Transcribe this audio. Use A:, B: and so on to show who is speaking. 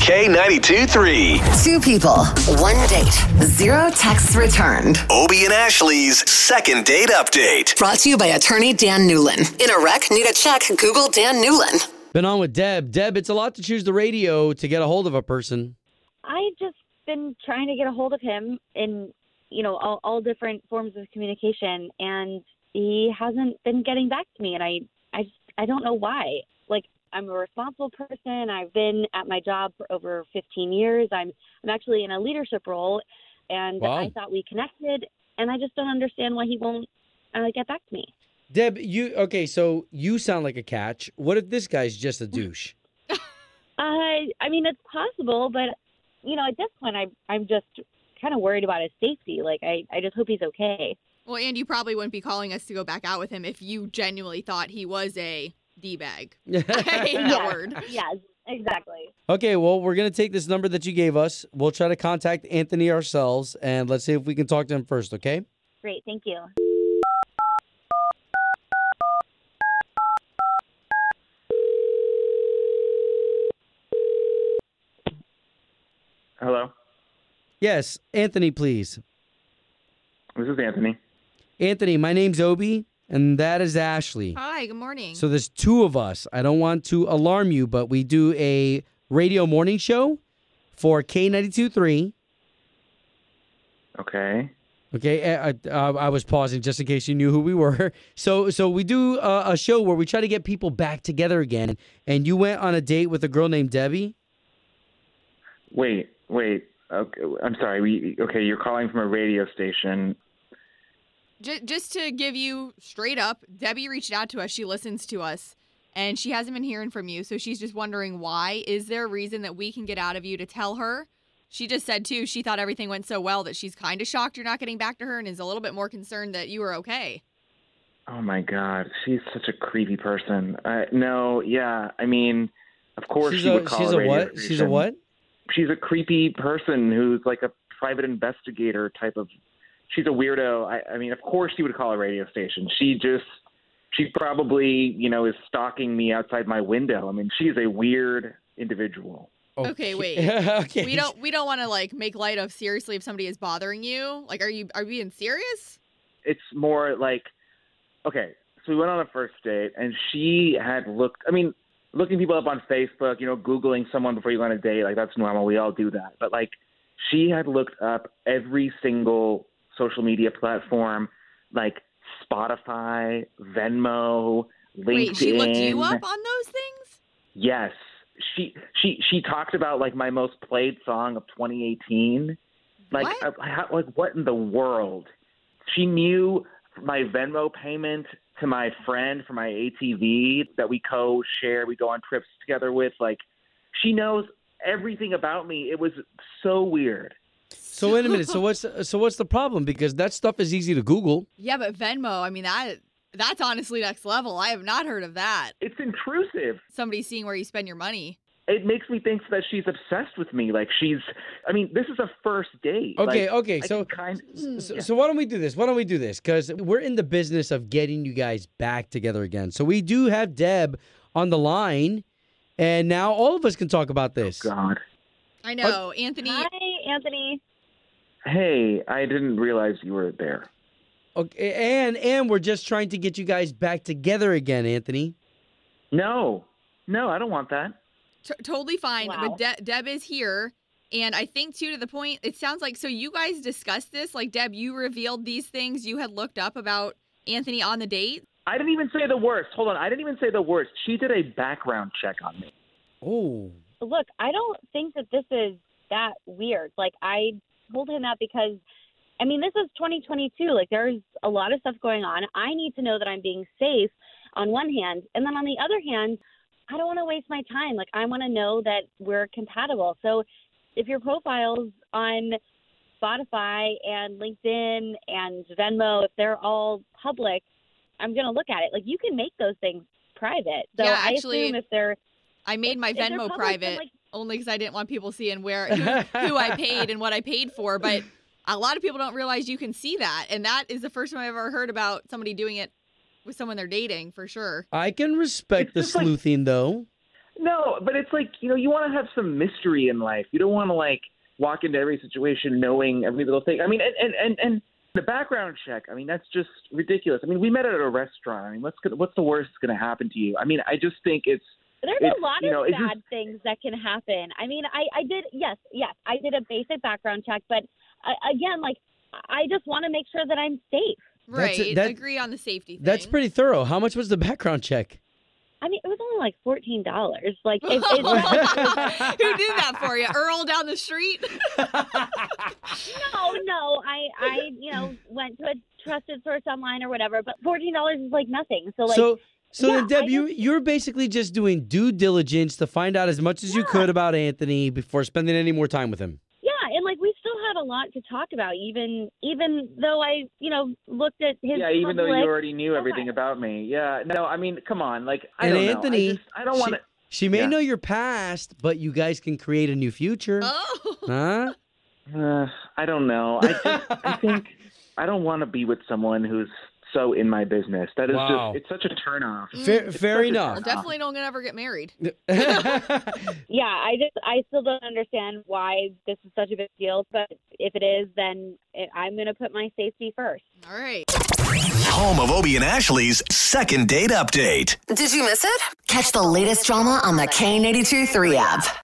A: K92 3.
B: Two people, one date, zero texts returned.
A: Obie and Ashley's second date update.
B: Brought to you by attorney Dan Newlin. In a wreck, need a check, Google Dan Newlin.
C: Been on with Deb. Deb, it's a lot to choose the radio to get a hold of a person.
D: I just been trying to get a hold of him in you know all, all different forms of communication, and he hasn't been getting back to me, and I I just I don't know why. Like I'm a responsible person. I've been at my job for over 15 years. I'm I'm actually in a leadership role, and
C: Wow.
D: I thought we connected, and I just don't understand why he won't uh, get back to me.
C: Deb, you okay? So you sound like a catch. What if this guy's just a douche?
D: Uh, I mean, it's possible, but you know, at this point, I I'm just kind of worried about his safety. Like, I I just hope he's okay.
E: Well, and you probably wouldn't be calling us to go back out with him if you genuinely thought he was a d bag. I hate that
D: Yeah.
E: word.
D: Yes, exactly.
C: okay, well, we're gonna take this number that you gave us. We'll try to contact Anthony ourselves, and let's see if we can talk to him first. Okay?
D: Great, thank you.
F: Hello,
C: Yes, Anthony, please.
F: this is Anthony.
C: Anthony, my name's Obi, and that is Ashley.
E: Hi, good morning.
C: So there's two of us. I don't want to alarm you, but we do a radio morning show for K92.3.
F: Okay.
C: Okay, eh, I, I, I was pausing just in case you knew who we were. So, so we do uh, a, a show where we try to get people back together again. And you went on a date with a girl named Debbie.
F: Wait, wait. Okay, I'm sorry. We okay? You're calling from a radio station.
E: J- just to give you straight up, Debbie reached out to us. She listens to us, and she hasn't been hearing from you. So she's just wondering why. Is there a reason that we can get out of you to tell her? She just said, too, she thought everything went so well that she's kind of shocked you're not getting back to her and is a little bit more concerned that you are okay.
F: Oh my God, she's such a creepy person. Uh, no, yeah. I mean, of course
C: she's
F: she would
C: a,
F: call
C: she's
F: a
C: a
F: radio
C: what? She's a
F: station.
C: what?
F: She's a creepy person who's like a private investigator type of. She's a weirdo. I, I mean, of course she would call a radio station. She just. She probably, you know, is stalking me outside my window. I mean, she's a weird individual.
E: Okay, wait.
C: okay.
E: We don't we don't want to like make light of seriously if somebody is bothering you. Like are you are you being serious?
F: it's more like okay so we went on a first date and she had looked i mean looking people up on facebook you know googling someone before you go on a date like that's normal we all do that but like she had looked up every single social media platform like spotify venmo linkedin
E: Wait, she looked you up on those things?
F: yes she she she talked about like my most played song of 2018 like
E: What?
F: uh, how, like what in the world she knew my venmo payment to my friend for my atv that we co-share we go on trips together with like she knows everything about me it was so weird
C: So wait a minute. So what's so what's the problem? Because that stuff is easy to Google.
E: Yeah, but Venmo, I mean that that's honestly next level. I have not heard of that.
F: it's intrusive
E: Somebody seeing where you spend your money.
F: it makes me think that she's obsessed with me like she's i mean this is a first date
C: Okay,
F: Like,
C: okay,
F: I
C: so-
F: can kind
E: Hmm.
F: Mm.
C: So, so why don't we do this? Why don't we do this? Because we're in the business of getting you guys back together again. So we do have Deb on the line, and now all of us can talk about this.
F: Oh, god
E: I know, Anthony.
D: Hi, Anthony.
F: Hey, I didn't realize you were there.
C: Okay, and and we're just trying to get you guys back together again, Anthony.
F: No, no, I don't want that.
E: T- totally fine.
D: Wow.
E: But De- Deb is here. And I think, too, to the point, it sounds like so you guys discussed this. Like, Deb, you revealed these things you had looked up about Anthony on the date.
F: I didn't even say the worst. Hold on, I didn't even say the worst. She did a background check on me.
C: Oh,
D: Look, I don't think that this is that weird. Like I told him that because I mean, this is 2022. Like there's a lot of stuff going on. I need to know that I'm being safe on one hand, and then on the other hand, I don't want to waste my time. Like I want to know that we're compatible. So if your profile's on Spotify and LinkedIn and Venmo, if they're all public, I'm going to look at it. Like you can make those things private. So
E: Yeah,
D: I
E: actually-
D: assume if they're
E: I made my
D: if they're
E: Venmo
D: public, then,
E: private
D: like-
E: only because I didn't want people seeing where who, who I paid and what I paid for. But a lot of people don't realize you can see that, and that is the first time I've ever heard about somebody doing it with someone they're dating for sure.
C: I can respect
F: It's
C: the
F: just like-
C: sleuthing though.
F: No, but it's like you know you want to have some mystery in life. You don't want to like walk into every situation knowing every little thing. I mean, and and and, and the background check. I mean, that's just ridiculous. I mean, we met at a restaurant. I mean, what's gonna, what's the worst that's going to happen to you? I mean, I just think it's
D: There's
F: It's-
D: a lot
F: you know,
D: of
F: it's just-
D: bad things that can happen. I mean, I, I did, yes, yes, I did a basic background check, but I, again, like, I just want to make sure that I'm safe.
C: That's
E: Right.
C: a- that-
E: Agree on the safety thing.
C: That's pretty thorough. How much was the background check?
D: I mean, it was only like $14. Like, it, it's not,
E: Who did that for you? Earl down the street?
D: no, no, I, I, you know, went to a trusted source online or whatever, but $14 is like nothing. So, like,
C: so, so
D: yeah,
C: then, Deb,
D: I
C: you you're basically just doing due diligence to find out as much as you could about Anthony before spending any more time with him.
D: yeah, and like, we still had a lot to talk about, even, even though I, you know, looked at his.
F: yeah, even though you
D: public-
F: already knew everything about me. Yeah, no, I mean, come on, like I
C: and
F: don't
C: Anthony,
F: know. I, just, I don't
C: she-
F: want to.
C: She may
F: Yeah.
C: know your past, but you guys can create a new future.
E: Oh.
C: Huh?
F: Uh, I don't know. I just, I think I don't want to be with someone who's so in my business. That is
C: Wow.
F: just it's such a turnoff.
C: Fair, fair
F: such a-
E: Well,
C: enough.
E: definitely don't gonna ever get married.
D: Yeah, I just I still don't understand why this is such a big deal, but if it is, then it, I'm going to put my safety first.
E: All right.
A: Home of Obie and Ashley's second date update.
B: Did you miss it? Catch the latest drama on the K82 3 app.